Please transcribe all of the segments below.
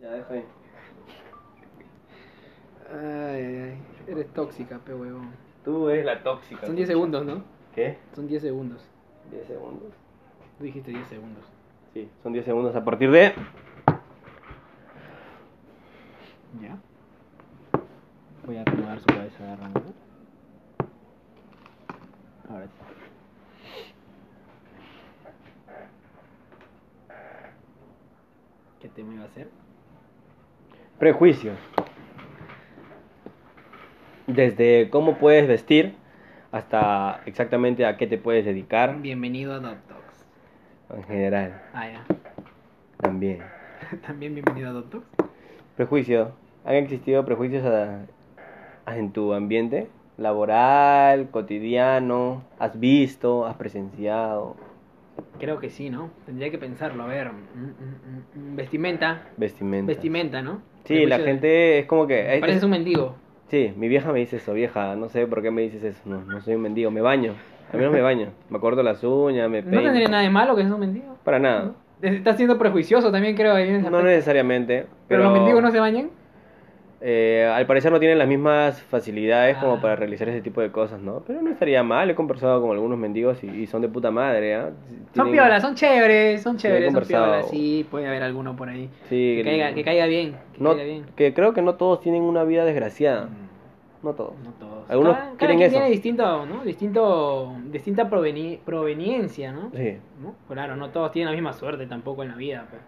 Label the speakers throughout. Speaker 1: Ya, deja ahí.
Speaker 2: Ay, ay, ay. Eres tóxica, pe huevón.
Speaker 1: Tú eh. eres la tóxica.
Speaker 2: Son 10
Speaker 1: pucha.
Speaker 2: segundos, ¿no?
Speaker 1: ¿Qué?
Speaker 2: Son 10 segundos.
Speaker 1: 10 segundos.
Speaker 2: Tú dijiste 10 segundos.
Speaker 1: Sí, son 10 segundos a partir de.
Speaker 2: ¿Ya?
Speaker 3: Voy a acomodar su cabeza de rango. Ahora sí.
Speaker 2: ¿Qué tema iba a ser?
Speaker 1: Prejuicios. Desde cómo puedes vestir hasta exactamente a qué te puedes dedicar
Speaker 2: Bienvenido a Dog Talks.
Speaker 1: en general
Speaker 2: Ah, ya.
Speaker 1: también.
Speaker 2: También bienvenido a Dog Talks.
Speaker 1: Prejuicio. ¿Han existido prejuicios a- a- en tu ambiente laboral, cotidiano? ¿Has visto? ¿Has presenciado?
Speaker 2: Creo que sí, ¿no? Tendría que pensarlo, a ver. mm, mm, mm, mm, Vestimenta.
Speaker 1: Vestimenta.
Speaker 2: Vestimenta, ¿no?
Speaker 1: Sí, la
Speaker 2: Prejuicio de-
Speaker 1: gente es como que...
Speaker 2: Pareces un mendigo.
Speaker 1: Sí, mi vieja me dice eso, vieja, no sé por qué me dices eso, no, no soy un mendigo, me baño, al menos me baño, me corto las uñas, me peino.
Speaker 2: No tendría nada de malo que seas un mendigo.
Speaker 1: Para nada,
Speaker 2: Estás siendo prejuicioso también, creo. ahí en ese
Speaker 1: Ah. no
Speaker 2: aspecto.
Speaker 1: necesariamente, pero...
Speaker 2: ¿Pero los mendigos no se bañan?
Speaker 1: eh, al parecer no tienen las mismas facilidades como
Speaker 2: Ah.
Speaker 1: para realizar ese tipo de cosas, ¿no? Pero no estaría mal, he conversado con algunos mendigos y, y son de puta madre, ¿ah?
Speaker 2: Son
Speaker 1: Tienen-
Speaker 2: piolas, son chéveres, son
Speaker 1: he
Speaker 2: chéveres, son
Speaker 1: conversado.
Speaker 2: piolas. Sí, puede haber alguno por ahí.
Speaker 1: Sí,
Speaker 2: Que caiga, que caiga bien, que
Speaker 1: no-
Speaker 2: caiga bien.
Speaker 1: que creo que no todos tienen una vida desgraciada, no todos.
Speaker 2: Mm. No todos.
Speaker 1: Algunos
Speaker 2: cada, cada
Speaker 1: quieren
Speaker 2: quien
Speaker 1: eso.
Speaker 2: tiene distinto, ¿no? Distinto, distinta proveni- proveniencia, ¿no?
Speaker 1: Sí,
Speaker 2: ¿No? Claro, no todos tienen la misma suerte tampoco en la vida. Pero,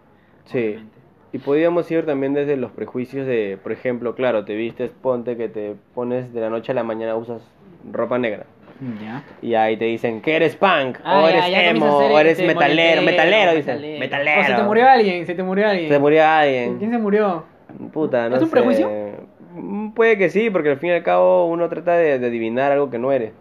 Speaker 1: Sí.
Speaker 2: obviamente.
Speaker 1: Y podíamos ir también desde los prejuicios de, por ejemplo, claro, te vistes, ponte que te pones de la noche a la mañana usas ropa negra.
Speaker 3: Ya.
Speaker 1: Y ahí te dicen que eres punk, o
Speaker 2: Ah, ya,
Speaker 1: eres
Speaker 2: ya comienza
Speaker 1: emo,
Speaker 2: a ser,
Speaker 1: o eres
Speaker 2: este,
Speaker 1: metalero, metalero, dicen. Metalero.
Speaker 2: O se te murió alguien, se te murió alguien.
Speaker 1: Se te murió
Speaker 2: ¿Quién
Speaker 1: alguien.
Speaker 2: se murió?
Speaker 1: Puta, no
Speaker 2: ¿Es un
Speaker 1: sé.
Speaker 2: prejuicio?
Speaker 1: Mm, Puede que sí, porque al fin y al cabo uno trata de, de adivinar algo que no eres.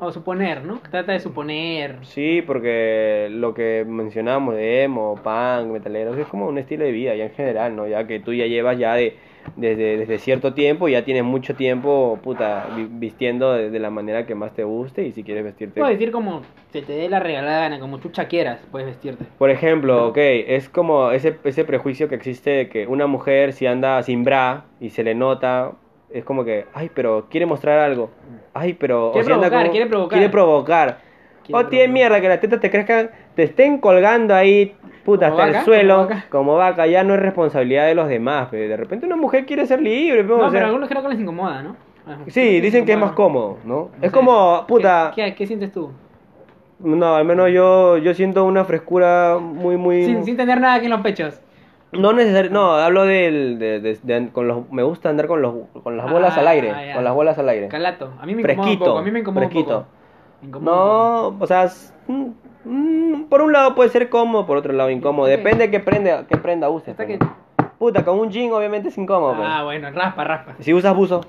Speaker 2: O suponer, ¿no? Trata de suponer.
Speaker 1: Sí, porque lo que mencionábamos de emo, punk, metaleros, es como un estilo de vida ya en general, ¿no? Ya que tú ya llevas ya de, desde, desde cierto tiempo, ya tienes mucho tiempo, puta, vi- vistiendo de, de la manera que más te guste y si quieres vestirte...
Speaker 2: Puedes decir como se te dé la regalada gana, como tú quieras, puedes vestirte.
Speaker 1: Por ejemplo, ok, es como ese, ese prejuicio que existe de que una mujer si anda sin bra y se le nota, es como que, ay, pero quiere mostrar algo. Ay, pero... o
Speaker 2: Quiere
Speaker 1: si anda
Speaker 2: provocar, quiere provocar.
Speaker 1: Quiere provocar.
Speaker 2: Quiere
Speaker 1: oh, tiene
Speaker 2: provocar.
Speaker 1: mierda que las tetas te crezcan, te estén colgando ahí, puta,
Speaker 2: Como
Speaker 1: hasta el
Speaker 2: vaca,
Speaker 1: suelo,
Speaker 2: como
Speaker 1: como
Speaker 2: vaca.
Speaker 1: vaca. ya no es responsabilidad de los demás. pe. De repente una mujer quiere ser libre. pe,
Speaker 2: No,
Speaker 1: o
Speaker 2: pero
Speaker 1: sea,
Speaker 2: algunos creo que les incomoda, ¿no? A las mujeres
Speaker 1: Sí,
Speaker 2: les
Speaker 1: dicen que es
Speaker 2: incomoda.
Speaker 1: más cómodo, ¿no?
Speaker 2: No
Speaker 1: Es
Speaker 2: sé.
Speaker 1: como, puta,
Speaker 2: ¿Qué, qué, qué sientes tú?
Speaker 1: no, al menos yo, yo siento una frescura muy, muy...
Speaker 2: Sin, sin tener nada aquí en los pechos.
Speaker 1: No necesariamente, no, hablo del, de, de- de- con los, me gusta andar con los, con las
Speaker 2: Ah,
Speaker 1: bolas al aire,
Speaker 2: ya.
Speaker 1: con las bolas al aire.
Speaker 2: Calato. A mí me incomoda un
Speaker 1: Fresquito,
Speaker 2: poco. A mí me incomoda
Speaker 1: fresquito.
Speaker 2: un poco. Me incomoda un poco.
Speaker 1: No, o sea, es- mm, mm, por un lado puede ser cómodo, por otro lado incómodo,
Speaker 2: Ok.
Speaker 1: depende de qué prenda, qué prenda uses.
Speaker 2: Hasta
Speaker 1: pues,
Speaker 2: que-
Speaker 1: ¿no? Puta, con un jean obviamente es incómodo, pues.
Speaker 2: Ah, bueno, raspa, raspa.
Speaker 1: Si usas buzo.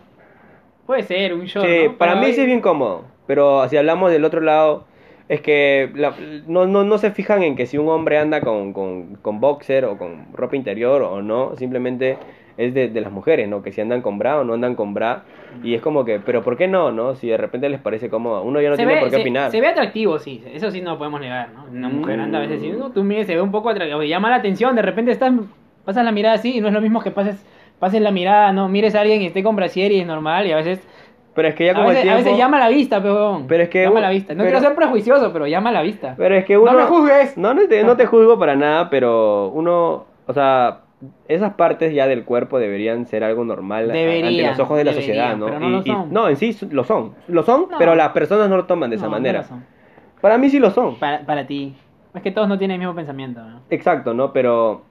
Speaker 2: Puede ser un short.
Speaker 1: Sí,
Speaker 2: ¿no?
Speaker 1: para
Speaker 2: Pero
Speaker 1: mí
Speaker 2: ahí-
Speaker 1: sí es bien cómodo, pero si hablamos del otro lado, es que la- no, no, no se fijan en que si un hombre anda con, con, con boxer o con ropa interior o no, simplemente es de, de las mujeres, ¿no? Que si andan con bra o no andan con bra, y es como que, pero ¿por qué no, no? Si de repente les parece cómodo, uno ya no
Speaker 2: se
Speaker 1: tiene
Speaker 2: ve,
Speaker 1: por qué
Speaker 2: se,
Speaker 1: opinar.
Speaker 2: se ve atractivo, sí. Eso sí no lo podemos negar, ¿no? Una mujer
Speaker 1: Mm.
Speaker 2: anda a veces y no, tú mires, se ve un poco atractivo. Llama la atención, de repente estás, pasas la mirada así y no es lo mismo que pases, pases la mirada, no mires a alguien y esté con brasier y es normal y a veces
Speaker 1: Pero es que ya
Speaker 2: a
Speaker 1: con el
Speaker 2: veces, a
Speaker 1: tiempo...
Speaker 2: veces llama a la vista, peón.
Speaker 1: Pero es que
Speaker 2: llama
Speaker 1: un-
Speaker 2: a la vista. No
Speaker 1: pero-
Speaker 2: quiero ser prejuicioso, pero llama a la vista.
Speaker 1: Pero es que
Speaker 2: No
Speaker 1: uno...
Speaker 2: me juzgues.
Speaker 1: No, no te, no te juzgo para nada, pero uno, o sea, esas partes ya del cuerpo deberían ser algo normal a- ante
Speaker 2: Deberían,
Speaker 1: los ojos de la sociedad,
Speaker 2: deberían,
Speaker 1: ¿no?
Speaker 2: pero no lo son.
Speaker 1: no, en sí su- lo son. Lo son,
Speaker 2: No.
Speaker 1: pero las personas no lo toman de
Speaker 2: No,
Speaker 1: esa
Speaker 2: no
Speaker 1: manera.
Speaker 2: lo son.
Speaker 1: para mí sí lo son.
Speaker 2: Para, para ti. Es que todos no tienen el mismo pensamiento, ¿no?
Speaker 1: Exacto, ¿no? Pero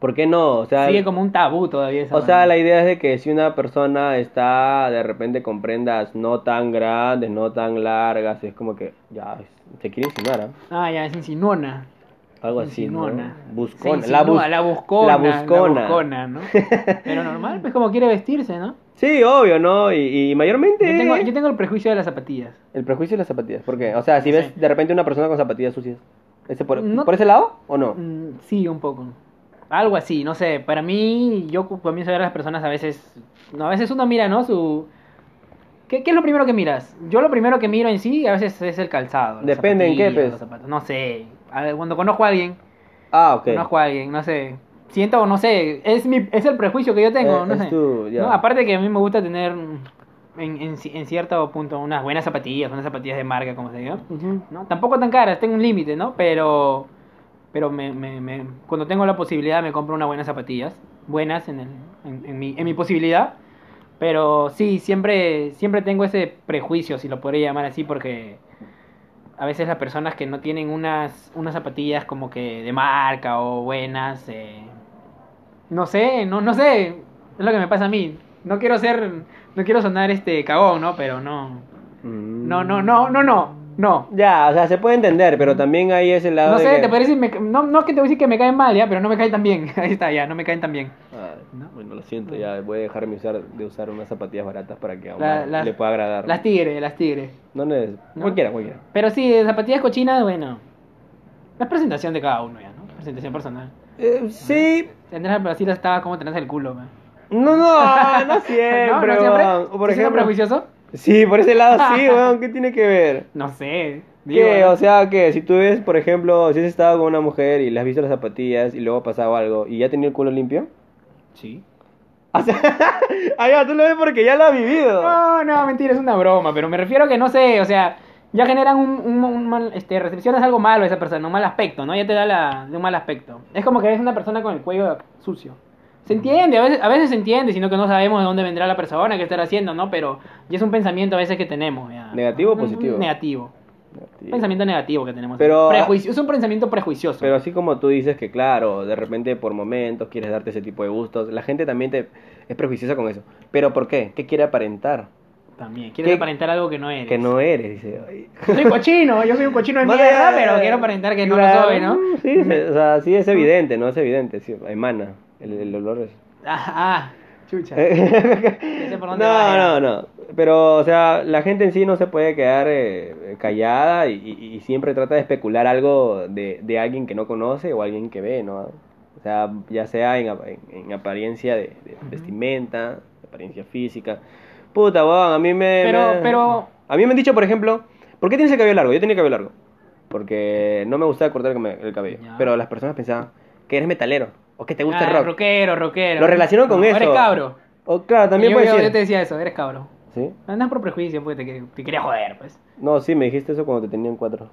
Speaker 1: ¿por qué no? O sea,
Speaker 2: Sigue como un tabú todavía esa
Speaker 1: o sea,
Speaker 2: manera.
Speaker 1: la idea es de que si una persona está de repente con prendas no tan grandes, no tan largas, es como que ya se quiere insinuar, ¿ah?
Speaker 2: Ah, ya, es insinuona.
Speaker 1: Algo así, ¿no?
Speaker 2: Insinuona.
Speaker 1: Buscona.
Speaker 2: Se insinúa,
Speaker 1: bus-
Speaker 2: la buscona.
Speaker 1: La buscona.
Speaker 2: la buscona, ¿no? Pero normal, pues como quiere vestirse, ¿no?
Speaker 1: Sí, obvio, ¿no? Y, y mayormente
Speaker 2: Yo tengo, yo tengo el prejuicio de las zapatillas.
Speaker 1: el prejuicio de las zapatillas. ¿Por qué? O sea, si
Speaker 2: No
Speaker 1: ves
Speaker 2: sé.
Speaker 1: de repente una persona con zapatillas sucias. ¿Ese por,
Speaker 2: No-
Speaker 1: por ese lado o no?
Speaker 2: Mm, sí, un poco. Algo así, no sé. Para mí, yo cu- comienzo a ver a las personas a veces. No, a veces uno mira, ¿no? Su. ¿Qué, qué es lo primero que miras? Yo lo primero que miro en sí a veces es el calzado. las
Speaker 1: Depende en qué, pues.
Speaker 2: zapatillas, los zapatos. No sé. A ver, Cuando conozco a alguien,
Speaker 1: Ah, ok.
Speaker 2: conozco a alguien, no sé. siento, no sé, es, mi, es el prejuicio que yo tengo,
Speaker 1: Eh,
Speaker 2: no
Speaker 1: es
Speaker 2: sé.
Speaker 1: tu- ya.
Speaker 2: No, aparte que a mí me gusta tener mm, en, en, ci- en cierto punto unas buenas zapatillas, unas zapatillas de marca, como se diga. ¿no? Tampoco tan caras, tengo un límite, ¿no? Pero, pero me, me- me- cuando tengo la posibilidad me compro unas buenas zapatillas, buenas en, el, en, en mi, en mi posibilidad. Pero sí, siempre, siempre tengo ese prejuicio, si lo podría llamar así, porque a veces las personas que no tienen unas, unas zapatillas como que de marca o buenas, eh, no sé, no, no sé, es lo que me pasa a mí. No quiero ser, no quiero sonar este cagón, ¿no? Pero no, no, no, no, no, no, no.
Speaker 1: Ya, o sea, se puede entender, pero también ahí es el lado
Speaker 2: No
Speaker 1: de
Speaker 2: sé,
Speaker 1: que-
Speaker 2: te parece, me, no, no es que te voy a decir que me caen mal, ya, pero no me caen tan bien. Ahí está, ya, no me caen tan bien.
Speaker 1: Ah, bueno, lo siento, ya voy a dejarme usar, de usar unas zapatillas baratas para que a
Speaker 2: La-
Speaker 1: Omar
Speaker 2: las-
Speaker 1: le pueda agradar.
Speaker 2: Las tigres, las tigres.
Speaker 1: No, no es-
Speaker 2: ¿No?
Speaker 1: cualquiera, cualquiera.
Speaker 2: Pero sí, de zapatillas cochinas, bueno. La presentación de cada uno, ya, ¿no? Presentación personal.
Speaker 1: Eh, sí,
Speaker 2: Tendrás así la estaba como tenés el culo, man.
Speaker 1: no, no, no
Speaker 2: ¿No?
Speaker 1: siempre,
Speaker 2: ¿No siempre?
Speaker 1: weón. O Por
Speaker 2: ¿Sí siendo
Speaker 1: ejemplo,
Speaker 2: prejuicioso?
Speaker 1: sí, por ese lado sí, weón, ¿qué tiene que ver?
Speaker 2: No sé. digo,
Speaker 1: Que,
Speaker 2: ¿no?
Speaker 1: o sea, que si tú ves, por ejemplo, si has estado con una mujer y le has visto las zapatillas y luego ha pasado algo y ya ha tenido el culo limpio.
Speaker 2: Sí.
Speaker 1: O sea, ah, ya, tú lo ves porque ya lo has vivido.
Speaker 2: No, no, mentira, es una broma, pero me refiero que no sé, o sea, ya generan un, un- un mal, este, recepciones algo malo a esa persona, un mal aspecto, ¿no? Ya te da la, de un mal aspecto. Es como que ves una persona con el cuello sucio. Se entiende, a veces, a veces se entiende, sino que no sabemos de dónde vendrá la persona, qué estará haciendo, ¿no? Pero ya es un pensamiento a veces que tenemos. ya.
Speaker 1: ¿Negativo o
Speaker 2: Un- un
Speaker 1: positivo?
Speaker 2: Negativo.
Speaker 1: Sí.
Speaker 2: Pensamiento negativo que tenemos.
Speaker 1: Pero-
Speaker 2: Prejuicio, es un pensamiento prejuicioso.
Speaker 1: Pero así como tú dices que, claro, de repente por momentos quieres darte ese tipo de gustos, la gente también te es prejuiciosa con eso. ¿Pero por qué? ¿Qué quiere aparentar?
Speaker 2: También, quieres
Speaker 1: ¿Qué-
Speaker 2: aparentar algo que no eres.
Speaker 1: Que no eres, dice. ay.
Speaker 2: Yo soy cochino, yo soy un cochino de
Speaker 1: Más
Speaker 2: mierda,
Speaker 1: allá-
Speaker 2: pero quiero aparentar que no
Speaker 1: Claro,
Speaker 2: lo soy, ¿no?
Speaker 1: Sí, sí, o sea, sí es evidente, ¿no? Es evidente, sí, emana. El, el olor es...
Speaker 2: Ah, ah, chucha. sé por
Speaker 1: Eh. no,
Speaker 2: dónde va, eh.
Speaker 1: no,
Speaker 2: ya.
Speaker 1: no. Pero, o sea, la gente en sí no se puede quedar eh, callada y, y- y siempre trata de especular algo de, de alguien que no conoce o alguien que ve, ¿no? O sea, ya sea en, ap- en- en apariencia de, de vestimenta, apariencia física. Puta, weón, a mí me...
Speaker 2: Pero-
Speaker 1: me-
Speaker 2: pero-
Speaker 1: A mí me han dicho, por ejemplo, ¿por qué tienes el cabello largo? Yo tenía el cabello largo. Porque no me gustaba cortar el came- el cabello.
Speaker 2: Ya.
Speaker 1: Pero las personas pensaban que eres metalero o que te gusta
Speaker 2: Ah,
Speaker 1: el rock.
Speaker 2: rockero, rockero.
Speaker 1: Lo relacionó con
Speaker 2: No,
Speaker 1: eso.
Speaker 2: Eres cabro.
Speaker 1: O, claro, también
Speaker 2: yo,
Speaker 1: puede
Speaker 2: yo-
Speaker 1: ser.
Speaker 2: yo te decía eso, eres cabro.
Speaker 1: ¿Sí?
Speaker 2: Andas por prejuicio porque te, te quería joder, pues.
Speaker 1: No, sí, me dijiste eso cuando te tenían cuatro.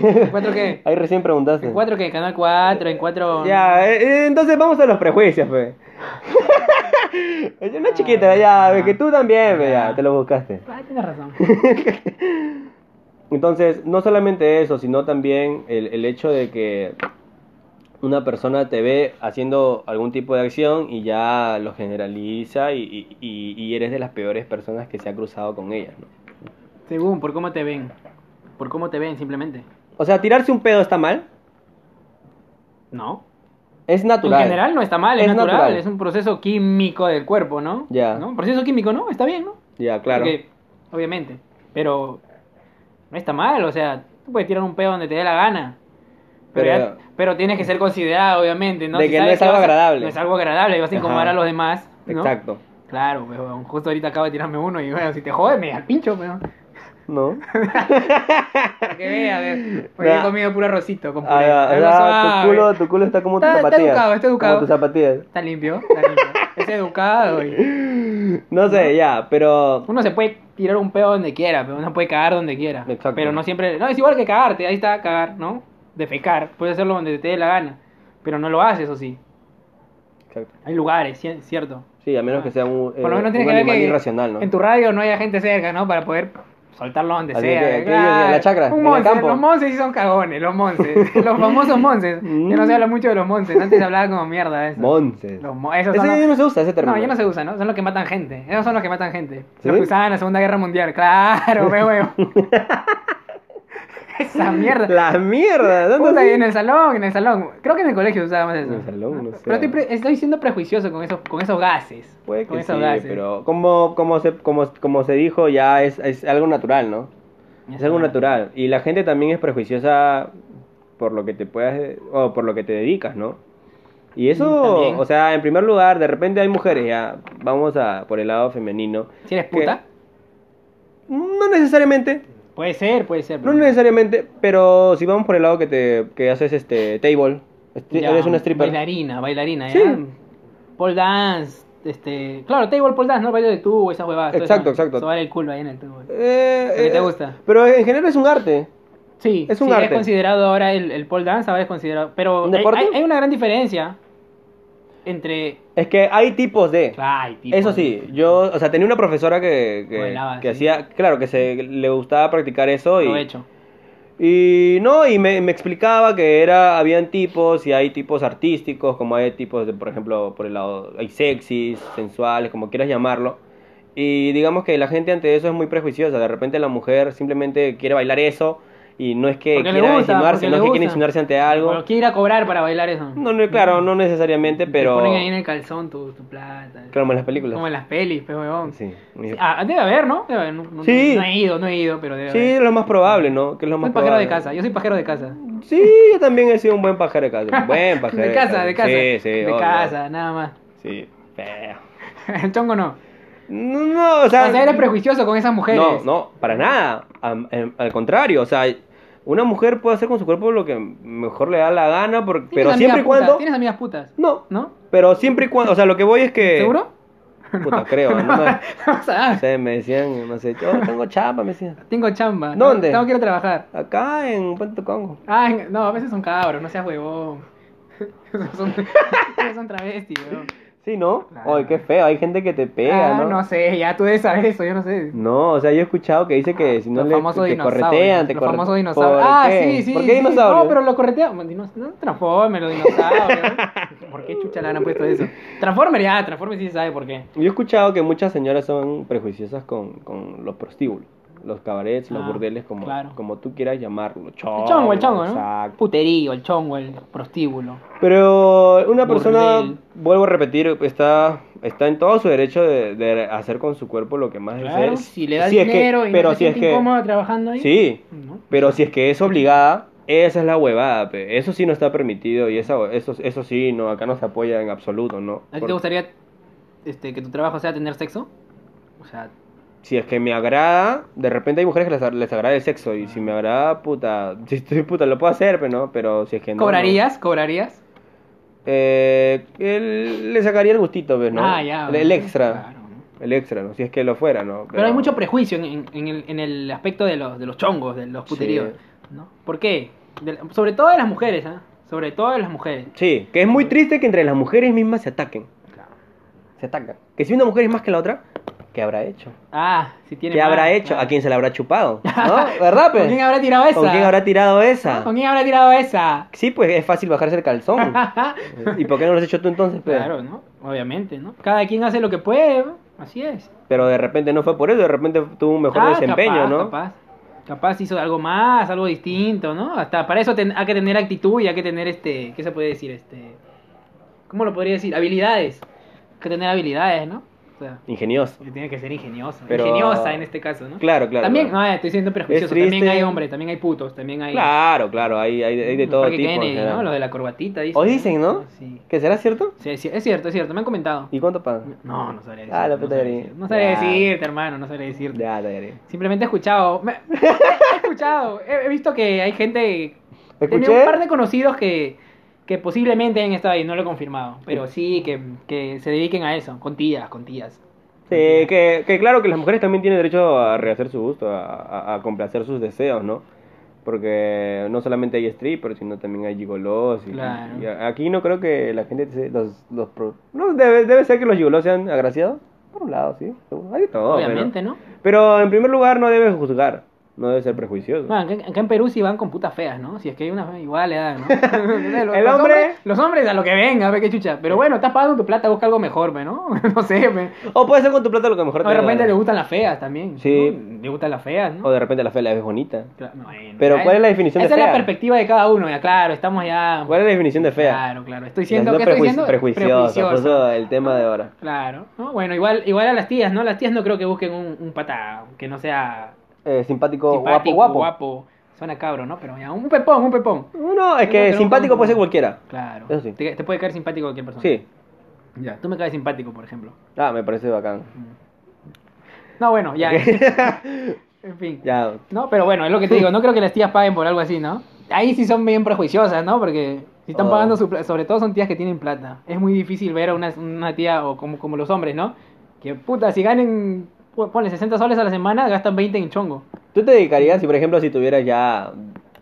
Speaker 2: ¿En cuatro qué?
Speaker 1: Ahí recién preguntaste.
Speaker 2: ¿En cuatro qué? Canal 4, en cuatro...
Speaker 1: Ya, eh, eh, entonces vamos a los prejuicios, fe. Una chiquita, ya, ve, que tú también, ve, ya, te lo buscaste.
Speaker 2: Ah, tienes razón.
Speaker 1: Entonces, no solamente eso, sino también el, el hecho de que una persona te ve haciendo algún tipo de acción y ya lo generaliza y, y- y- y eres de las peores personas que se ha cruzado con ellas, ¿no?
Speaker 2: Según, por cómo te ven. Por cómo te ven, simplemente.
Speaker 1: O sea, tirarse un pedo está mal.
Speaker 2: No.
Speaker 1: Es natural.
Speaker 2: En general no está mal, es,
Speaker 1: Es
Speaker 2: natural.
Speaker 1: natural.
Speaker 2: Es un proceso químico del cuerpo, ¿no?
Speaker 1: Ya.
Speaker 2: ¿No? Un proceso químico, ¿no? Está bien, ¿no?
Speaker 1: Ya, claro.
Speaker 2: Porque, obviamente. Pero no está mal, o sea, tú puedes tirar un pedo donde te dé la gana. Pero,
Speaker 1: Pero-
Speaker 2: ya- pero tienes que ser considerado, obviamente. ¿no?
Speaker 1: De
Speaker 2: Si
Speaker 1: que no
Speaker 2: sabes
Speaker 1: es algo
Speaker 2: vas a-
Speaker 1: agradable.
Speaker 2: No es algo agradable, vas
Speaker 1: Ajá.
Speaker 2: a incomodar a los demás. ¿no?
Speaker 1: Exacto.
Speaker 2: Claro, weón. Justo ahorita acabo de tirarme uno y bueno, si te jodes, me da el pincho, weón.
Speaker 1: No.
Speaker 2: Para que veas, weón. Porque
Speaker 1: Ya.
Speaker 2: he comido puro arrocito con puré.
Speaker 1: Ah,
Speaker 2: Algo
Speaker 1: ah,
Speaker 2: suave.
Speaker 1: tu, culo, tu culo está como tus
Speaker 2: Está- está
Speaker 1: zapatillas.
Speaker 2: educado, está educado.
Speaker 1: Como tus zapatillas.
Speaker 2: Está limpio, está limpio. es educado y...
Speaker 1: No sé, ya, pero.
Speaker 2: Uno se puede tirar un pedo donde quiera, pero uno puede cagar donde quiera.
Speaker 1: Exacto.
Speaker 2: Pero no siempre. No, es igual que cagarte, ahí está, cagar, ¿no? Defecar, puedes hacerlo donde te dé la gana. Pero no lo haces, eso sí.
Speaker 1: Exacto.
Speaker 2: Hay lugares, ci- cierto.
Speaker 1: Sí, a menos que sea un, eh,
Speaker 2: Por lo menos
Speaker 1: un
Speaker 2: tienes que ver
Speaker 1: animal
Speaker 2: que
Speaker 1: irracional, ¿no?
Speaker 2: en tu radio no haya gente cerca, ¿no? Para poder soltarlo donde
Speaker 1: Así
Speaker 2: sea.
Speaker 1: que
Speaker 2: ¿eh?
Speaker 1: aquellos de la chacra,
Speaker 2: Un
Speaker 1: en el
Speaker 2: monse,
Speaker 1: campo.
Speaker 2: Los monces sí son cagones, los monces. los famosos monces. Yo no se habla mucho de los monces. Antes hablaba como mierda de eso.
Speaker 1: Mm. Monces.
Speaker 2: Los mo- esos
Speaker 1: Ese
Speaker 2: son los-
Speaker 1: ya no se usa, ese término.
Speaker 2: No, ya no se usa, ¿no? Son los que matan gente. Esos son los que matan gente.
Speaker 1: ¿Sí?
Speaker 2: Los que usaban en la Segunda Guerra Mundial. Claro, me huevo. Esa mierda.
Speaker 1: La mierda, ¿dónde
Speaker 2: Puta,
Speaker 1: así?
Speaker 2: y en el salón, en el salón. Creo que en el colegio usábamos eso.
Speaker 1: En el salón, no sé.
Speaker 2: Pero estoy, pre- estoy siendo prejuicioso con esos, con esos gases.
Speaker 1: Puede
Speaker 2: con
Speaker 1: que sí,
Speaker 2: esos gases.
Speaker 1: pero como, como, se, como, como se dijo, ya es, es algo natural, ¿no? Es algo natural. Y la gente también es prejuiciosa por lo que te puedas, o por lo que te dedicas, ¿no? Y
Speaker 2: Mm,
Speaker 1: eso,
Speaker 2: también.
Speaker 1: o sea, en primer lugar, de repente hay mujeres, ya, vamos a por el lado femenino.
Speaker 2: Si eres
Speaker 1: que-
Speaker 2: puta.
Speaker 1: No necesariamente,
Speaker 2: Puede ser, puede ser.
Speaker 1: no
Speaker 2: pero-
Speaker 1: necesariamente, pero si vamos por el lado que te que haces este table, Estri-
Speaker 2: Ya,
Speaker 1: eres una stripper.
Speaker 2: Bailarina, bailarina, ¿ya?
Speaker 1: Sí.
Speaker 2: Pole dance, este... Claro, table pole dance, ¿no? El baile de tubo, esas huevadas. todo
Speaker 1: Exacto,
Speaker 2: eso,
Speaker 1: exacto.
Speaker 2: Sobar el culo ahí en el tubo.
Speaker 1: Eh,
Speaker 2: que te
Speaker 1: eh,
Speaker 2: gusta.
Speaker 1: Pero en general es un arte.
Speaker 2: Sí,
Speaker 1: Es un
Speaker 2: sí,
Speaker 1: arte.
Speaker 2: es considerado ahora el, el pole dance, ahora es considerado... Pero
Speaker 1: ¿Un
Speaker 2: hay,
Speaker 1: deporte?
Speaker 2: hay- hay una gran diferencia entre...
Speaker 1: Es que hay tipos de.
Speaker 2: Ay, tipo,
Speaker 1: Eso sí, yo, o sea, tenía una profesora que, que,
Speaker 2: Bailaba,
Speaker 1: que
Speaker 2: sí.
Speaker 1: hacía, claro, que se le gustaba practicar eso y,
Speaker 2: Provecho.
Speaker 1: Y no, y me, me explicaba que era, habían tipos y hay tipos artísticos, como hay tipos de, por ejemplo, por el lado, hay sexys, sensuales, como quieras llamarlo. Y digamos que la gente ante eso es muy prejuiciosa. De repente la mujer simplemente quiere bailar eso y no es que
Speaker 2: Porque le
Speaker 1: quiera
Speaker 2: gusta,
Speaker 1: insinuarse, no
Speaker 2: porque le
Speaker 1: es que quiera
Speaker 2: gusta.
Speaker 1: insinuarse ante algo.
Speaker 2: Pero quiere ir a cobrar para bailar eso.
Speaker 1: No, no, claro, no necesariamente,
Speaker 2: Te
Speaker 1: pero.
Speaker 2: ponen ahí en el calzón tu, tu plata.
Speaker 1: Claro, como en las películas.
Speaker 2: Como en las pelis, pues, huevón.
Speaker 1: Sí,
Speaker 2: Ah, debe haber, ¿no? Debe haber, no, no-
Speaker 1: Sí.
Speaker 2: no he ido, no he ido, pero debe
Speaker 1: Sí,
Speaker 2: haber.
Speaker 1: es lo más probable, ¿no? Que es lo
Speaker 2: Soy
Speaker 1: más
Speaker 2: pajero de
Speaker 1: probable.
Speaker 2: casa, yo soy pajero de casa.
Speaker 1: Sí, yo también he sido un buen pajero de casa. un Buen pajero.
Speaker 2: de casa, de casa.
Speaker 1: Sí, sí,
Speaker 2: de
Speaker 1: obvio.
Speaker 2: casa, nada más.
Speaker 1: Sí, feo.
Speaker 2: El chongo no.
Speaker 1: No, no, o
Speaker 2: O
Speaker 1: sea.
Speaker 2: sea, eres prejuicioso con esas mujeres.
Speaker 1: no, no, para nada. Am- em, al contrario, o sea, una mujer puede hacer con su cuerpo lo que mejor le da la gana, por-
Speaker 2: ¿Tienes
Speaker 1: pero
Speaker 2: amigas
Speaker 1: siempre y
Speaker 2: putas?
Speaker 1: cuando.
Speaker 2: Tienes amigas putas,
Speaker 1: No,
Speaker 2: ¿no?
Speaker 1: pero siempre y cuando. O sea, lo que voy es que.
Speaker 2: ¿Seguro?
Speaker 1: Puta, creo. No, me-
Speaker 2: o sea,
Speaker 1: no sé, me decían, no sé, yo tengo chapa, me decían.
Speaker 2: tengo chamba.
Speaker 1: ¿Dónde?
Speaker 2: Tengo que ir a trabajar.
Speaker 1: Acá en Puente Congo.
Speaker 2: Ah, en- no, a veces son cabros, no seas huevón. son, esos son travestis, huevón.
Speaker 1: Sí, ¿no?
Speaker 2: Claro.
Speaker 1: Ay, qué feo, hay gente que te pega,
Speaker 2: ah,
Speaker 1: ¿no?
Speaker 2: sé, ya tú debes saber eso, yo no sé.
Speaker 1: No, o sea, yo he escuchado que dice que si no
Speaker 2: Ah, los
Speaker 1: le
Speaker 2: famosos
Speaker 1: te
Speaker 2: dinosaurios.
Speaker 1: corretean, te
Speaker 2: los
Speaker 1: corre-
Speaker 2: famosos dinosaurios. Ah,
Speaker 1: corretean.
Speaker 2: sí, sí.
Speaker 1: ¿Por qué
Speaker 2: sí.
Speaker 1: dinosaurios?
Speaker 2: No, pero lo corretean. Bueno, dinos- No, Transformer, los dinosaurios. ¿Por qué chucha le han puesto eso? Transformer, ya, Transformer sí se sabe por qué.
Speaker 1: Yo he escuchado que muchas señoras son prejuiciosas con, con los prostíbulos, los cabarets, los
Speaker 2: Ah,
Speaker 1: burdeles, como,
Speaker 2: claro.
Speaker 1: como tú quieras llamarlo. Chongo,
Speaker 2: El chongo, el chongo, ¿no?
Speaker 1: Oh, exacto.
Speaker 2: Puterío, el chongo, el prostíbulo.
Speaker 1: Pero una persona,
Speaker 2: Burdel.
Speaker 1: vuelvo a repetir, está, está en todo su derecho de, de hacer con su cuerpo lo que más desee.
Speaker 2: si le das
Speaker 1: Si es que-
Speaker 2: dinero y
Speaker 1: pero
Speaker 2: no te
Speaker 1: si es
Speaker 2: siente
Speaker 1: que-
Speaker 2: incómodo trabajando ahí.
Speaker 1: Sí,
Speaker 2: ¿no?
Speaker 1: Pero si es que es obligada, esa es la huevada, pe. eso sí no está permitido y esa, eso, eso sí, no, acá no se apoya en absoluto, ¿no?
Speaker 2: ¿A ti
Speaker 1: Por-
Speaker 2: te gustaría este, que tu trabajo sea tener sexo? O sea,
Speaker 1: Si es que me agrada, de repente hay mujeres que les, les agrada el sexo y si me
Speaker 2: Ah.
Speaker 1: agrada, puta, si estoy puta, lo puedo hacer, pero no, pero si es que no...
Speaker 2: ¿cobrarías? ¿Cobrarías?
Speaker 1: no. Eh, él- le sacaría el gustito, ¿ves? ¿no?
Speaker 2: Ah, ya.
Speaker 1: El, el extra,
Speaker 2: Claro, ¿no?
Speaker 1: el extra, ¿no? Si es que lo fuera, ¿no?
Speaker 2: Pero hay mucho prejuicio en, en- en el, en el aspecto de los, de los chongos, de los puteríos. ¿no? ¿Por qué? De- sobre todo de las mujeres, ¿ah? Sobre todo de las mujeres.
Speaker 1: Sí, que es muy triste que entre las mujeres mismas se ataquen, se atacan. Que si una mujer es más que la otra, ¿qué habrá hecho?
Speaker 2: Ah, si tiene.
Speaker 1: ¿Qué
Speaker 2: más,
Speaker 1: habrá hecho?
Speaker 2: claro.
Speaker 1: ¿A quién se la habrá chupado? ¿No? ¿Verdad, pe?
Speaker 2: ¿Con quién habrá tirado esa?
Speaker 1: ¿Con quién habrá tirado esa?
Speaker 2: ¿Con quién habrá tirado esa?
Speaker 1: Sí, pues es fácil bajarse el calzón. ¿Y por qué no lo has hecho tú entonces, pues? pe?
Speaker 2: claro, ¿no? Obviamente, ¿no? Cada quien hace lo que puede, ¿no? así es.
Speaker 1: Pero de repente no fue por eso, de repente tuvo un mejor
Speaker 2: Ah,
Speaker 1: desempeño,
Speaker 2: capaz,
Speaker 1: ¿no?
Speaker 2: Capaz. Capaz hizo algo más, algo distinto, ¿no? Hasta para eso ten- hay que tener actitud y hay que tener este, ¿qué se puede decir? Este, ¿cómo lo podría decir? Habilidades. Hay que tener habilidades, ¿no? O sea,
Speaker 1: Ingenioso.
Speaker 2: que tiene que ser ingenioso,
Speaker 1: Pero-
Speaker 2: ingeniosa en este caso, ¿no?
Speaker 1: Claro, claro.
Speaker 2: también,
Speaker 1: claro.
Speaker 2: no, eh, estoy siendo prejuicioso,
Speaker 1: Es
Speaker 2: también
Speaker 1: triste.
Speaker 2: hay hombres, también hay putos, también hay
Speaker 1: Claro, claro, hay, hay, hay de todo
Speaker 2: Porque
Speaker 1: tipo. en
Speaker 2: Kennedy,
Speaker 1: general.
Speaker 2: ¿no? Lo de la corbatita dicen.
Speaker 1: O dicen, ¿no?
Speaker 2: Sí.
Speaker 1: ¿Que será cierto?
Speaker 2: Sí, sí, es cierto, es cierto, me han comentado.
Speaker 1: ¿Y cuánto pagan?
Speaker 2: No, no sabría decir.
Speaker 1: Ah, la
Speaker 2: no
Speaker 1: puta
Speaker 2: sabría
Speaker 1: gris.
Speaker 2: decir. No sabría
Speaker 1: Ya.
Speaker 2: decirte, hermano, no sabría decirte.
Speaker 1: Ya, ya, ya.
Speaker 2: Simplemente he escuchado. me- he escuchado. He, he visto que hay gente. Tenía
Speaker 1: ¿Escuché?
Speaker 2: un par de conocidos que, que posiblemente hayan estado ahí, no lo he confirmado. Pero sí, que, que se dediquen a eso. Con tías, con tías.
Speaker 1: Sí, que, que claro que las mujeres también tienen derecho a rehacer su gusto, a, a- a complacer sus deseos, ¿no? Porque no solamente hay strippers, sino también hay gigolos. Y,
Speaker 2: Claro.
Speaker 1: y a- aquí no creo que la gente. se- Los, los pro- no, debe, debe ser que los gigolos sean agraciados. Por un lado, sí. seguro. Hay de todo. Oh, pero-
Speaker 2: Obviamente, ¿no?
Speaker 1: Pero, en primer lugar, no debes juzgar. No debes ser prejuicioso.
Speaker 2: Bueno, acá, acá en Perú sí van con putas feas, ¿no? Si es que hay una igual le dan, ¿no?
Speaker 1: El
Speaker 2: los,
Speaker 1: hombre-
Speaker 2: los hombres- los hombres a lo que venga, a ver qué chucha. Pero bueno, estás pagando tu plata, busca algo mejor, pe, ¿no? no sé, pe.
Speaker 1: O puede ser con tu plata lo que mejor
Speaker 2: O
Speaker 1: te
Speaker 2: de
Speaker 1: da la
Speaker 2: repente
Speaker 1: gana.
Speaker 2: le gustan las feas también.
Speaker 1: Sí.
Speaker 2: ¿no? Le gustan las feas, ¿no?
Speaker 1: O de repente la fe la ves bonita.
Speaker 2: Claro, bueno,
Speaker 1: Pero,
Speaker 2: ya
Speaker 1: ¿cuál es la definición de
Speaker 2: Esa es la
Speaker 1: fea?
Speaker 2: perspectiva de cada uno, ya claro, estamos ya...
Speaker 1: ¿Cuál es la definición de fea?
Speaker 2: Claro, claro, estoy diciendo
Speaker 1: no
Speaker 2: que estoy
Speaker 1: prejuici-
Speaker 2: diciendo
Speaker 1: prejuiciosa. pues, por eso el tema de ahora.
Speaker 2: Claro, ¿no? bueno, igual igual a las tías, ¿no? Las tías no creo que busquen un, un pata que no sea
Speaker 1: Eh, simpático,
Speaker 2: simpático,
Speaker 1: guapo, guapo.
Speaker 2: Suena cabro, ¿no? Pero ya, un pepón, un pepón.
Speaker 1: No, es
Speaker 2: Yo creo
Speaker 1: que
Speaker 2: que
Speaker 1: simpático
Speaker 2: no.
Speaker 1: puede ser cualquiera.
Speaker 2: Claro.
Speaker 1: Eso sí.
Speaker 2: Te, te puede caer simpático cualquier persona.
Speaker 1: Sí.
Speaker 2: Ya, tú me caes simpático, por ejemplo.
Speaker 1: Ah, me parece bacán.
Speaker 2: No, bueno, ya. en fin.
Speaker 1: Ya.
Speaker 2: No, pero bueno, es lo que te digo, no creo que las tías paguen por algo así, ¿no? Ahí sí son bien prejuiciosas, ¿no? Porque Si están
Speaker 1: Oh.
Speaker 2: pagando su plata, sobre todo son tías que tienen plata. Es muy difícil ver a una, una tía o como, como los hombres, ¿no? Que puta, si ganen, pu- ponle 60 soles a la semana, gastan 20 en chongo.
Speaker 1: ¿Tú te dedicarías, si por ejemplo, si tuvieras ya,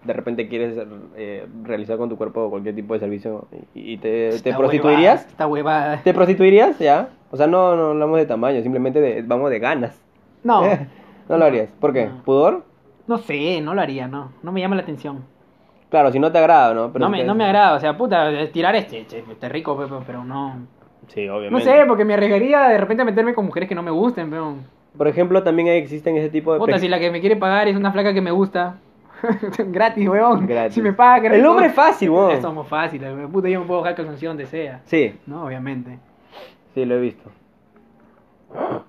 Speaker 1: de repente quieres eh, realizar con tu cuerpo cualquier tipo de servicio y, y te, te
Speaker 2: Esta
Speaker 1: prostituirías?
Speaker 2: huevada, Esta huevada.
Speaker 1: ¿Te prostituirías ya? O sea, no, no hablamos de tamaño, simplemente de- vamos de ganas.
Speaker 2: No,
Speaker 1: no lo harías. ¿Por qué?
Speaker 2: No.
Speaker 1: ¿Pudor?
Speaker 2: no sé, no lo haría, no. No me llama la atención.
Speaker 1: Claro, si no te agrada, ¿no?
Speaker 2: no,
Speaker 1: si
Speaker 2: me,
Speaker 1: te-
Speaker 2: no me agrada, o sea, puta, tirar este, este, este rico, pe- pe- pero no.
Speaker 1: Sí,
Speaker 2: No
Speaker 1: obviamente.
Speaker 2: sé, porque me arriesgaría de repente a meterme con mujeres que no me gusten, pero.
Speaker 1: Por ejemplo, también existen ese tipo de...
Speaker 2: Puta,
Speaker 1: pre-
Speaker 2: si la que me quiere pagar es una flaca que me gusta. Gratis, weón.
Speaker 1: Gratis.
Speaker 2: Si me paga, que
Speaker 1: El hombre es fácil, weón.
Speaker 2: Eso somos fáciles, weón. Puta, yo me puedo bajar calzoncillo donde sea.
Speaker 1: Sí,
Speaker 2: No, obviamente.
Speaker 1: sí, lo he visto.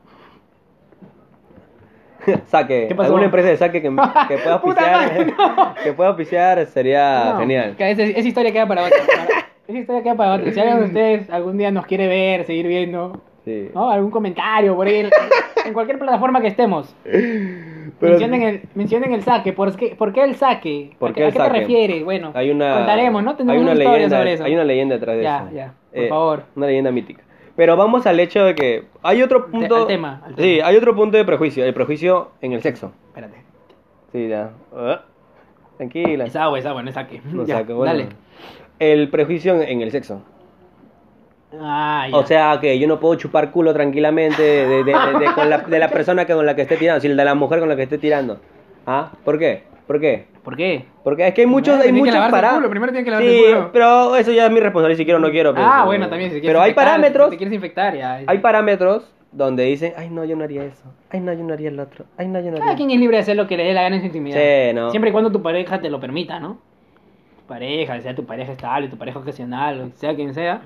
Speaker 1: saque.
Speaker 2: ¿Qué pasó?
Speaker 1: Alguna empresa de saque que, que pueda
Speaker 2: Puta
Speaker 1: oficiar. Que pueda oficiar sería
Speaker 2: No,
Speaker 1: Ah, genial.
Speaker 2: que Esa, esa historia queda para otro. para- esa historia queda para otro. Si alguien de ustedes algún día nos quiere ver, seguir viendo,
Speaker 1: Sí.
Speaker 2: ¿no? Algún comentario por ahí. en- En cualquier plataforma que estemos.
Speaker 1: Pero-
Speaker 2: Mencionen, el, mencionen el saque. ¿Por qué, por qué el saque?
Speaker 1: ¿Por
Speaker 2: ¿A,
Speaker 1: qué
Speaker 2: a
Speaker 1: el
Speaker 2: qué
Speaker 1: saque?
Speaker 2: te refieres? Bueno,
Speaker 1: Hay una,
Speaker 2: contaremos, ¿no? Tenemos
Speaker 1: hay una,
Speaker 2: historia
Speaker 1: leyenda,
Speaker 2: sobre eso.
Speaker 1: Hay una leyenda detrás de
Speaker 2: Ya,
Speaker 1: eso. Eh,
Speaker 2: ya, por favor.
Speaker 1: Una leyenda mítica. Pero vamos al hecho de que hay otro punto.
Speaker 2: al tema, al
Speaker 1: Sí,
Speaker 2: tema.
Speaker 1: hay otro punto de prejuicio. El prejuicio en el sexo.
Speaker 2: Espérate.
Speaker 1: Sí, ya. Ah, Tranquila.
Speaker 2: Es agua, es agua, no es saque.
Speaker 1: No
Speaker 2: Ya,
Speaker 1: saque, bueno.
Speaker 2: Dale.
Speaker 1: El prejuicio en, en el sexo.
Speaker 2: Ah, ya.
Speaker 1: O sea, que yo no puedo chupar culo tranquilamente de, de- de- de- de- con la, de la persona que- con la que esté tirando, si de la mujer con la que esté tirando. ¿Ah? ¿Por qué? ¿Por qué?
Speaker 2: ¿Por qué?
Speaker 1: Porque es que hay muchos,
Speaker 2: Primero
Speaker 1: hay
Speaker 2: tiene que
Speaker 1: muchos
Speaker 2: lavarse el
Speaker 1: pará-
Speaker 2: culo, primero tiene que lavarse
Speaker 1: Sí,
Speaker 2: el culo.
Speaker 1: pero eso ya es mi responsabilidad si quiero o no quiero. pues,
Speaker 2: ah,
Speaker 1: eh,
Speaker 2: bueno, también si te quieres
Speaker 1: Pero hay
Speaker 2: infectar,
Speaker 1: parámetros,
Speaker 2: Si te quieres infectar, ya.
Speaker 1: hay parámetros donde dicen, ay no, yo no haría eso, ay no, yo no haría el otro, ay no, yo no haría.
Speaker 2: Cada quien es libre de hacer lo que le dé la gana en su intimidad.
Speaker 1: Sí, no.
Speaker 2: Siempre y cuando tu pareja te lo permita, ¿no? Tu pareja, sea tu pareja estable, tu pareja ocasional, o sea quien sea.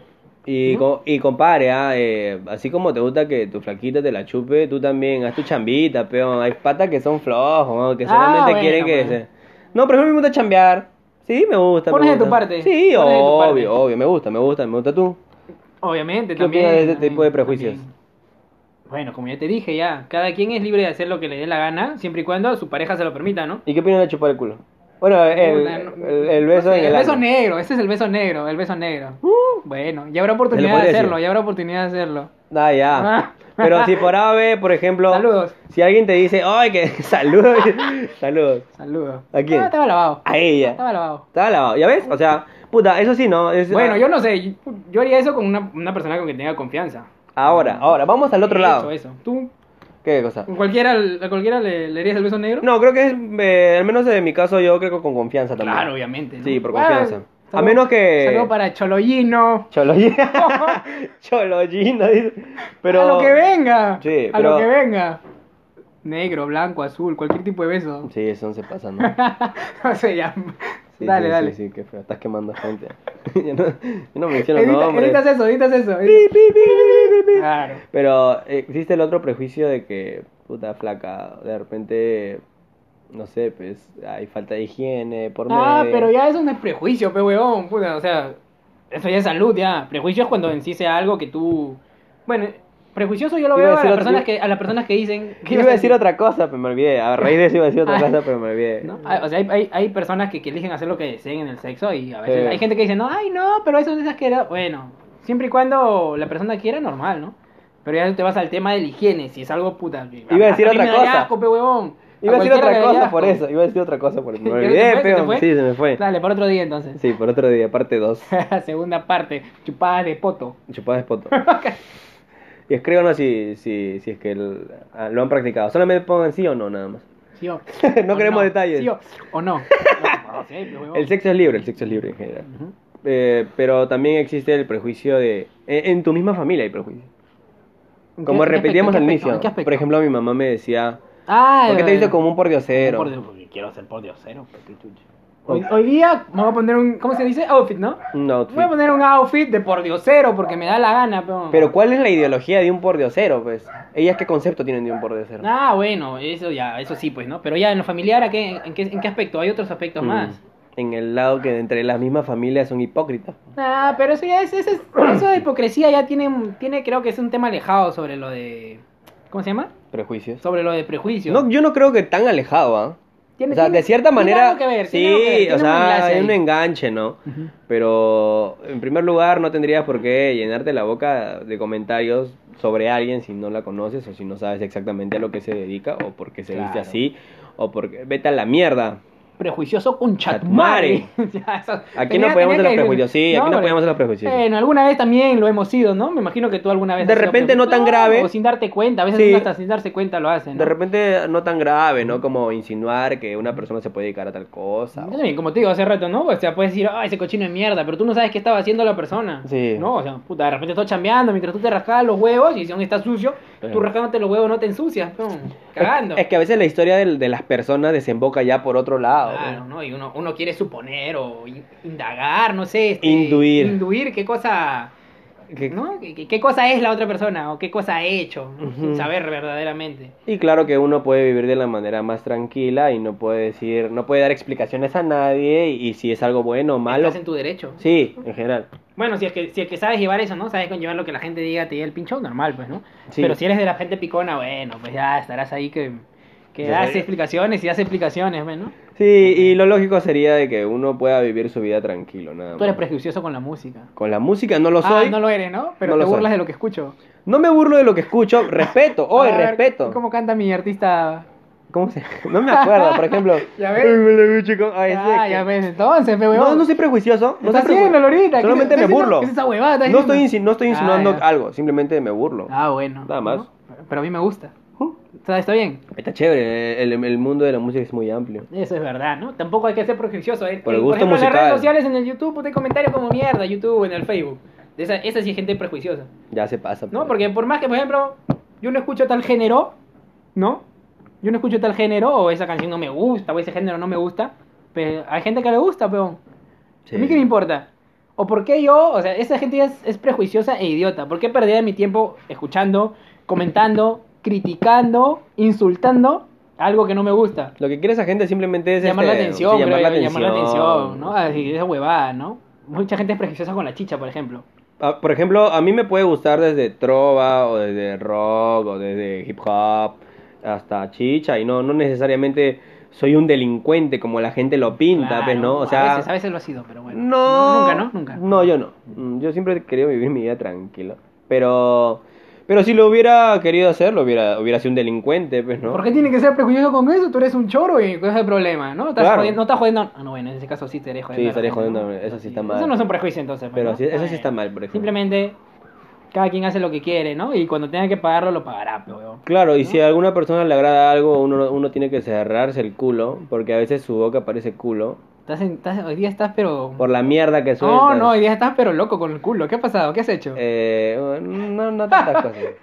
Speaker 1: Y, co- y compare, ah, eh, así como te gusta que tu flaquita te la chupe, tú también haz tu chambita, peón. Hay patas que son flojos, ¿no? que
Speaker 2: Ah,
Speaker 1: solamente
Speaker 2: bueno,
Speaker 1: quieren que...
Speaker 2: pues.
Speaker 1: se- No, pero a mí me gusta chambear. Sí, me gusta. me
Speaker 2: Pones de tu
Speaker 1: gusta.
Speaker 2: parte,
Speaker 1: Sí,
Speaker 2: pones de tu
Speaker 1: obvio,
Speaker 2: parte.
Speaker 1: obvio, me gusta, me gusta, me gusta tú.
Speaker 2: Obviamente,
Speaker 1: ¿Qué
Speaker 2: también.
Speaker 1: opinas de este
Speaker 2: también,
Speaker 1: tipo de prejuicios?
Speaker 2: también. Bueno, como ya te dije, ya. Cada quien es libre de hacer lo que le dé la gana, siempre y cuando su pareja se lo permita, ¿no?
Speaker 1: ¿Y qué opinas de chupar el culo? Bueno, el,
Speaker 2: Puta, no-
Speaker 1: el- el beso
Speaker 2: no sé,
Speaker 1: en el
Speaker 2: beso
Speaker 1: ano. Uh,
Speaker 2: negro, ese es el beso negro, el beso negro. bueno, ya habrá
Speaker 1: ¿Te lo
Speaker 2: oportunidad de
Speaker 1: podría
Speaker 2: hacerlo,
Speaker 1: decir?
Speaker 2: ya habrá oportunidad de hacerlo.
Speaker 1: Ah, ya.
Speaker 2: Ah.
Speaker 1: Pero si por A o B, por ejemplo...
Speaker 2: Saludos.
Speaker 1: Si alguien te dice, ay, que... Saludos. Saludos.
Speaker 2: Saludos.
Speaker 1: ¿A quién? ¿Eh?
Speaker 2: Ah, estaba lavado.
Speaker 1: A ella.
Speaker 2: Estaba lavado.
Speaker 1: Estaba lavado. ¿Ya ves? O sea, puta, eso sí, ¿no? Es- ah,
Speaker 2: Bueno, yo no sé, yo- yo haría eso con una, una persona con que tenga confianza.
Speaker 1: Ahora, ahora, vamos al otro
Speaker 2: He
Speaker 1: lado.
Speaker 2: Ah. hecho eso. ¿Tú?
Speaker 1: ¿Qué cosa?
Speaker 2: ¿Con cualquiera, a cualquiera le, le harías el beso negro?
Speaker 1: No, creo que es, eh, al menos en mi caso, yo creo que con confianza también.
Speaker 2: Claro, obviamente. ¿no?
Speaker 1: Sí, por
Speaker 2: Bueno,
Speaker 1: confianza. A
Speaker 2: saludo-
Speaker 1: menos que.
Speaker 2: Saludo para Choloyino.
Speaker 1: Choloyina. Choloyina, dice. Pero.
Speaker 2: A lo que venga.
Speaker 1: Sí,
Speaker 2: A
Speaker 1: pero-
Speaker 2: lo que venga. Negro, blanco, azul, cualquier tipo de beso.
Speaker 1: Sí, eso no se pasa, ¿no?
Speaker 2: no sé, ya.
Speaker 1: Sí,
Speaker 2: dale,
Speaker 1: sí,
Speaker 2: dale.
Speaker 1: Sí, sí, qué feo. Estás quemando gente. yo, no, yo no menciono
Speaker 2: Editas,
Speaker 1: nombres.
Speaker 2: editas eso, editas eso.
Speaker 1: Pi, pi, pi, pi, pi, pi.
Speaker 2: Claro.
Speaker 1: Pero eh, existe el otro prejuicio de que, puta flaca, de repente, no sé, pues hay falta de higiene por
Speaker 2: Ah,
Speaker 1: medio.
Speaker 2: pero ya eso no es prejuicio, pe huevón, puta, o sea, eso ya es salud, ya. Prejuicio es cuando en sí sea algo que tú. Bueno, prejuicioso yo
Speaker 1: Iba
Speaker 2: lo
Speaker 1: a
Speaker 2: veo a,
Speaker 1: decir
Speaker 2: las
Speaker 1: otro-
Speaker 2: personas que, a las personas que dicen.
Speaker 1: Yo iba a decir otra cosa, pero me olvidé. A raíz de eso iba a decir otra
Speaker 2: Ah.
Speaker 1: cosa, pero me olvidé.
Speaker 2: ¿No? Ah, O sea, hay, hay, hay personas que, que eligen hacer lo que deseen en el sexo y a veces
Speaker 1: Sí.
Speaker 2: hay gente que dice, no, ay, no, pero eso es asqueroso. Bueno, siempre y cuando la persona quiera, normal, ¿no? Pero ya te vas al tema de la higiene, si es algo puta.
Speaker 1: Iba a decir
Speaker 2: mí
Speaker 1: otra
Speaker 2: me daría
Speaker 1: cosa.
Speaker 2: asco, pe huevón.
Speaker 1: Iba a decir
Speaker 2: cualquiera le
Speaker 1: otra
Speaker 2: daría
Speaker 1: cosa
Speaker 2: asco.
Speaker 1: por eso. Iba a decir otra cosa por eso. Me
Speaker 2: ¿Ya se
Speaker 1: olvidé,
Speaker 2: fue? ¿Se
Speaker 1: peón.
Speaker 2: fue?
Speaker 1: Sí, se me fue.
Speaker 2: Dale, por otro día entonces.
Speaker 1: Sí, por otro día, parte 2.
Speaker 2: Segunda parte, chupada de poto.
Speaker 1: Chupadas de poto. y escríbanos si, si, si es que el- ah, lo han practicado. Solamente pongan sí o no, nada más.
Speaker 2: ¿Sí o-
Speaker 1: No
Speaker 2: o
Speaker 1: queremos detalles.
Speaker 2: ¿Sí o, o no. No, sí, pues, huevón.
Speaker 1: El sexo es libre, el sexo es libre en general.
Speaker 2: Ujú.
Speaker 1: Eh, pero también existe el prejuicio de. En, en tu misma familia hay prejuicio.
Speaker 2: ¿En
Speaker 1: Como
Speaker 2: qué- en qué
Speaker 1: repetíamos
Speaker 2: aspecto?
Speaker 1: al
Speaker 2: ¿En qué
Speaker 1: inicio.
Speaker 2: aspecto?
Speaker 1: Por ejemplo, mi mamá me decía.
Speaker 2: Ah,
Speaker 1: ¿Por qué te
Speaker 2: eh,
Speaker 1: viste como un pordiosero?
Speaker 2: por Dios, porque quiero ser por Dios cero. porque chucha. Hoy, hoy día me voy a poner un. ¿Cómo se dice? Outfit, ¿no?
Speaker 1: Un outfit.
Speaker 2: Voy a poner un outfit de por Dios cero porque me da la gana, pero.
Speaker 1: Pero ¿cuál es la ideología de un pordiosero, pues? ¿Ellas qué concepto tienen de un pordiosero?
Speaker 2: Ah, bueno, eso ya, eso sí, pues, ¿no? Pero ya en lo familiar, ¿a qué, en, qué, ¿en qué aspecto? Hay otros aspectos
Speaker 1: Mm.
Speaker 2: más.
Speaker 1: En el lado que entre las mismas familias son hipócritas.
Speaker 2: Ah, pero eso ya es, eso es- eso de hipocresía ya tiene, tiene, creo que es un tema alejado sobre lo de, ¿cómo se llama?
Speaker 1: Prejuicios.
Speaker 2: Sobre lo de prejuicios.
Speaker 1: No, yo no creo que tan alejado, ¿ah?
Speaker 2: Tiene-
Speaker 1: o sea,
Speaker 2: tiene-
Speaker 1: de cierta
Speaker 2: tiene
Speaker 1: manera,
Speaker 2: algo que ver,
Speaker 1: sí,
Speaker 2: tiene algo que ver,
Speaker 1: o
Speaker 2: tiene un
Speaker 1: sea,
Speaker 2: enlace
Speaker 1: hay un
Speaker 2: ahí.
Speaker 1: enganche, ¿no? Pero, en primer lugar, no tendrías por qué llenarte la boca de comentarios sobre alguien si no la conoces o si no sabes exactamente a lo que se dedica o por qué se viste
Speaker 3: Claro.
Speaker 1: así o porque vete a la mierda.
Speaker 2: Prejuicioso con chatmare.
Speaker 1: Aquí no podemos ser los prejuicios, sí, aquí no podemos ser los prejuicios.
Speaker 2: Bueno, alguna vez también lo hemos sido, ¿no? Me imagino que tú alguna vez.
Speaker 1: De
Speaker 2: has sido
Speaker 1: repente no tan
Speaker 2: prejuicioso,
Speaker 1: grave.
Speaker 2: O sin darte cuenta, a veces
Speaker 1: Sí.
Speaker 2: uno hasta sin darse cuenta lo hacen. ¿no?
Speaker 1: De repente no tan grave, ¿no? Como insinuar que una persona se puede dedicar a tal cosa.
Speaker 2: Yo también, como te digo hace rato, ¿no? O sea, puedes decir, ay, ese cochino de mierda, pero tú no sabes qué estaba haciendo la persona.
Speaker 1: Sí.
Speaker 2: No, o sea, puta, de repente estás chambeando mientras tú te rascabas los huevos y si aún está sucio,
Speaker 1: Sí.
Speaker 2: tú rascándote los huevos no te ensucias, no, cagando.
Speaker 1: Es, es que a veces la historia del- de, las personas desemboca ya por otro lado.
Speaker 2: Claro,
Speaker 1: ¿no?
Speaker 2: ¿no? Y uno, uno quiere suponer o in- indagar, no sé. este,
Speaker 1: Induir.
Speaker 2: Induir qué cosa,
Speaker 1: Que-
Speaker 2: ¿no? ¿Qué, qué- qué cosa es la otra persona o qué cosa ha hecho, ¿no?
Speaker 1: Ujú.
Speaker 2: sin saber verdaderamente.
Speaker 1: Y claro que uno puede vivir de la manera más tranquila y no puede decir, no puede dar explicaciones a nadie y, y si es algo bueno o malo.
Speaker 2: Estás en tu derecho.
Speaker 1: Sí, en general.
Speaker 2: Bueno, si es, que, si es que sabes llevar eso, ¿no? Sabes conllevar lo que la gente diga, te diga el pincho, normal, pues, ¿no?
Speaker 1: Sí.
Speaker 2: Pero si eres de la gente picona, bueno, pues ya estarás ahí que, que
Speaker 1: Ya
Speaker 2: das
Speaker 1: sabía.
Speaker 2: explicaciones y das explicaciones, pues, ¿no?
Speaker 1: Sí, y lo lógico sería de que uno pueda vivir su vida tranquilo, nada
Speaker 2: Tú eres
Speaker 1: más.
Speaker 2: prejuicioso con la música.
Speaker 1: Con la música no lo
Speaker 2: Ah,
Speaker 1: soy.
Speaker 2: no lo eres, ¿no? Pero
Speaker 1: No
Speaker 2: te
Speaker 1: lo soy.
Speaker 2: burlas de lo que escucho.
Speaker 1: No me burlo de lo que escucho, respeto, hoy
Speaker 2: A ver,
Speaker 1: respeto.
Speaker 2: ¿Cómo canta mi artista?
Speaker 1: ¿Cómo se? No me acuerdo, por ejemplo.
Speaker 2: Ya ves.
Speaker 1: Ay, me la vi, chico. Ay, ese
Speaker 2: ah,
Speaker 1: que-
Speaker 2: ya ves, entonces, pe,
Speaker 1: No,
Speaker 2: weón.
Speaker 1: no soy prejuicioso. No
Speaker 2: Está
Speaker 1: soy preju-
Speaker 2: haciéndolo ahorita, ¿qué-
Speaker 1: Solamente
Speaker 2: qué
Speaker 1: me
Speaker 2: es eso?
Speaker 1: burlo.
Speaker 2: ¿Qué es esa huevada? Está
Speaker 1: No estoy,
Speaker 2: diciendo.
Speaker 1: insi- no estoy
Speaker 2: Ah,
Speaker 1: insinuando
Speaker 2: ya.
Speaker 1: algo, simplemente me burlo.
Speaker 2: Ah, bueno.
Speaker 1: Nada más.
Speaker 2: ¿No? Pero a mí me gusta.
Speaker 1: Ujú.
Speaker 2: Está- está bien.
Speaker 1: Está chévere, el, el mundo de la música es muy amplio.
Speaker 2: Eso es verdad, ¿no? Tampoco hay que ser prejuicioso. ¿eh?
Speaker 1: Por el
Speaker 2: Eh,
Speaker 1: gusto
Speaker 2: ejemplo, en las
Speaker 1: musical.
Speaker 2: redes sociales, en el YouTube, puta, hay comentarios como mierda, YouTube, en el Facebook. De Esa, esa sí es gente prejuiciosa,
Speaker 1: Ya se pasa. pues.
Speaker 2: ¿no? Porque por más que, por ejemplo, yo no escucho tal género, ¿no? Yo no escucho tal género, o esa canción no me gusta, o ese género no me gusta. Pero hay gente que le gusta, peón.
Speaker 1: Sí.
Speaker 2: ¿A mí qué me importa? ¿O por qué yo? O sea, esa gente es, es prejuiciosa e idiota. ¿Por qué perdería mi tiempo escuchando, comentando, criticando, insultando algo que no me gusta?
Speaker 1: Lo que quiere esa gente simplemente es
Speaker 2: llamar la
Speaker 1: este,
Speaker 2: atención,
Speaker 1: sí,
Speaker 2: creo yo, llamar la atención, ¿no? Así, esa huevada, ¿no? Mucha gente es prejuiciosa con la chicha, por ejemplo.
Speaker 1: Ah, por ejemplo, a mí me puede gustar desde trova o desde rock o desde hip hop hasta chicha y no no necesariamente soy un delincuente como la gente lo pinta,
Speaker 2: Claro,
Speaker 1: pues, ¿no? O sea,
Speaker 2: a veces, a veces lo ha sido, pero bueno.
Speaker 1: No.
Speaker 2: Nunca, ¿no? Nunca.
Speaker 1: No, yo no. Mm, Yo siempre he querido vivir mi vida tranquila. Pero. Pero si lo hubiera querido hacer, lo hubiera, hubiera sido un delincuente, pues, ¿no?
Speaker 2: ¿Por qué tiene que ser prejuicioso con eso? Tú eres un choro y ¿cuál es el problema, ¿no? Estás
Speaker 1: Claro.
Speaker 2: jodiendo- no estás jodiendo. Ah, no, bueno, en ese caso sí estaría jodiendo.
Speaker 1: Sí,
Speaker 2: a la
Speaker 1: estaría
Speaker 2: gente,
Speaker 1: jodiendo,
Speaker 2: ¿no?
Speaker 1: eso sí está mal.
Speaker 2: Eso no son prejuicios entonces. pues,
Speaker 1: Pero
Speaker 2: ¿no?
Speaker 1: sí- eso sí
Speaker 2: Bueno.
Speaker 1: está mal, por ejemplo.
Speaker 2: Simplemente, cada quien hace lo que quiere, ¿no? Y cuando tenga que pagarlo, lo pagará, pero weón.
Speaker 1: Claro, y si a alguna persona le agrada algo, uno, uno tiene que cerrarse el culo, porque a veces su boca parece culo,
Speaker 2: Estás en- estás- hoy día estás, pero.
Speaker 1: por la mierda que suelta.
Speaker 2: Oh, No, no, hoy día estás, pero loco con el culo. ¿Qué ha pasado? ¿Qué has hecho?
Speaker 1: Eh, no, no tantas cosas. Creo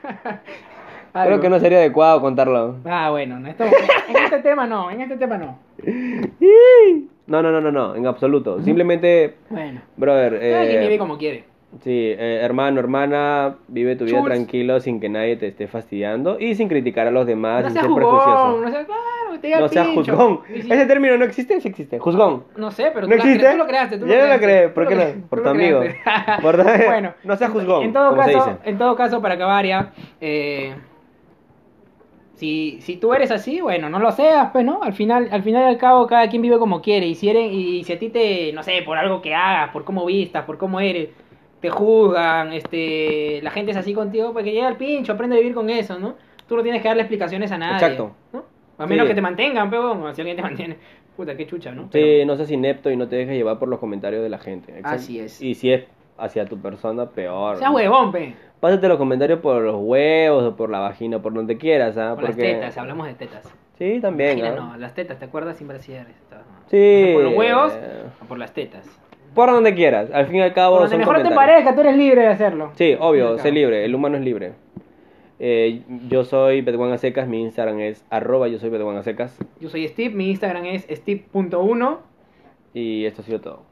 Speaker 2: Algo.
Speaker 1: que no sería adecuado contarlo.
Speaker 2: Ah, bueno, no estamos- en este tema no, en este tema no.
Speaker 1: No, no, no, no, no, en absoluto. Simplemente,
Speaker 2: Bueno,
Speaker 1: brother,
Speaker 2: cada quien
Speaker 1: eh,
Speaker 2: vive como quiere.
Speaker 1: Sí, eh, hermano, hermana, vive tu vida
Speaker 2: Chus.
Speaker 1: tranquilo sin que nadie te esté fastidiando y sin criticar a los demás,
Speaker 2: no
Speaker 1: sin
Speaker 2: seas
Speaker 1: ser
Speaker 2: jugón,
Speaker 1: prejuicioso.
Speaker 2: no seas, claro, te diga
Speaker 1: No
Speaker 2: el
Speaker 1: seas
Speaker 2: pincho.
Speaker 1: juzgón.
Speaker 2: Y si-
Speaker 1: Ese término no existe, sí existe. Juzgón.
Speaker 2: No sé, pero
Speaker 1: ¿No
Speaker 2: tú, la cre-
Speaker 1: existe?
Speaker 2: tú lo creaste.
Speaker 1: Yo
Speaker 2: Tú
Speaker 1: no lo
Speaker 2: creaste,
Speaker 1: creé,
Speaker 2: tú
Speaker 1: ¿por
Speaker 2: lo
Speaker 1: qué no?
Speaker 2: creaste, tú
Speaker 1: Por
Speaker 2: lo
Speaker 1: tu amigo.
Speaker 2: creaste.
Speaker 1: Por-
Speaker 2: bueno,
Speaker 1: no seas juzgón,
Speaker 2: En todo,
Speaker 1: como se
Speaker 2: caso,
Speaker 1: dice.
Speaker 2: en todo caso, para acabar ya, eh, si, si tú eres así, bueno, no lo seas, pues, ¿no? Al final, al final y al cabo, cada quien vive como quiere. Y si, eres, y si a ti te, no sé, por algo que hagas, por cómo vistas, por cómo eres, te juzgan, este, la gente es así contigo, pues que llega el pincho, aprende a vivir con eso, ¿no? Tú no tienes que darle explicaciones a nadie.
Speaker 1: Exacto.
Speaker 2: ¿no? A menos
Speaker 1: Sí.
Speaker 2: que te mantengan, pero si alguien te mantiene. Puta, qué chucha, ¿no? Pero-
Speaker 1: Sí, no seas inepto y no te dejes llevar por los comentarios de la gente. Exacto.
Speaker 2: Así es.
Speaker 1: Y si es hacia tu persona, peor.
Speaker 2: Sea huevón, pe.
Speaker 1: Pásate los comentarios por los huevos o por la vagina, por donde quieras, ¿ah?
Speaker 2: Con
Speaker 1: Porque...
Speaker 2: las tetas, hablamos de tetas.
Speaker 1: Sí, también,
Speaker 2: Imagina,
Speaker 1: ¿ah?
Speaker 2: no, las tetas, ¿te acuerdas? Sin brasier. estaba-
Speaker 1: Sí.
Speaker 2: Por los huevos, o por las tetas.
Speaker 1: Por donde quieras, al fin y al cabo
Speaker 2: Por donde
Speaker 1: son
Speaker 2: mejor te
Speaker 1: comentarios.
Speaker 2: parezca, tú eres libre de hacerlo.
Speaker 1: Sí, obvio,
Speaker 2: Acá.
Speaker 1: sé libre, el humano es libre. Eh, yo soy Betuan Acecas, mi Instagram es arroba yo soy Betuan Acecas
Speaker 2: Yo soy Steve, mi Instagram es steve.1.
Speaker 1: y esto ha sido todo.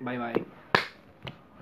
Speaker 2: Bye bye.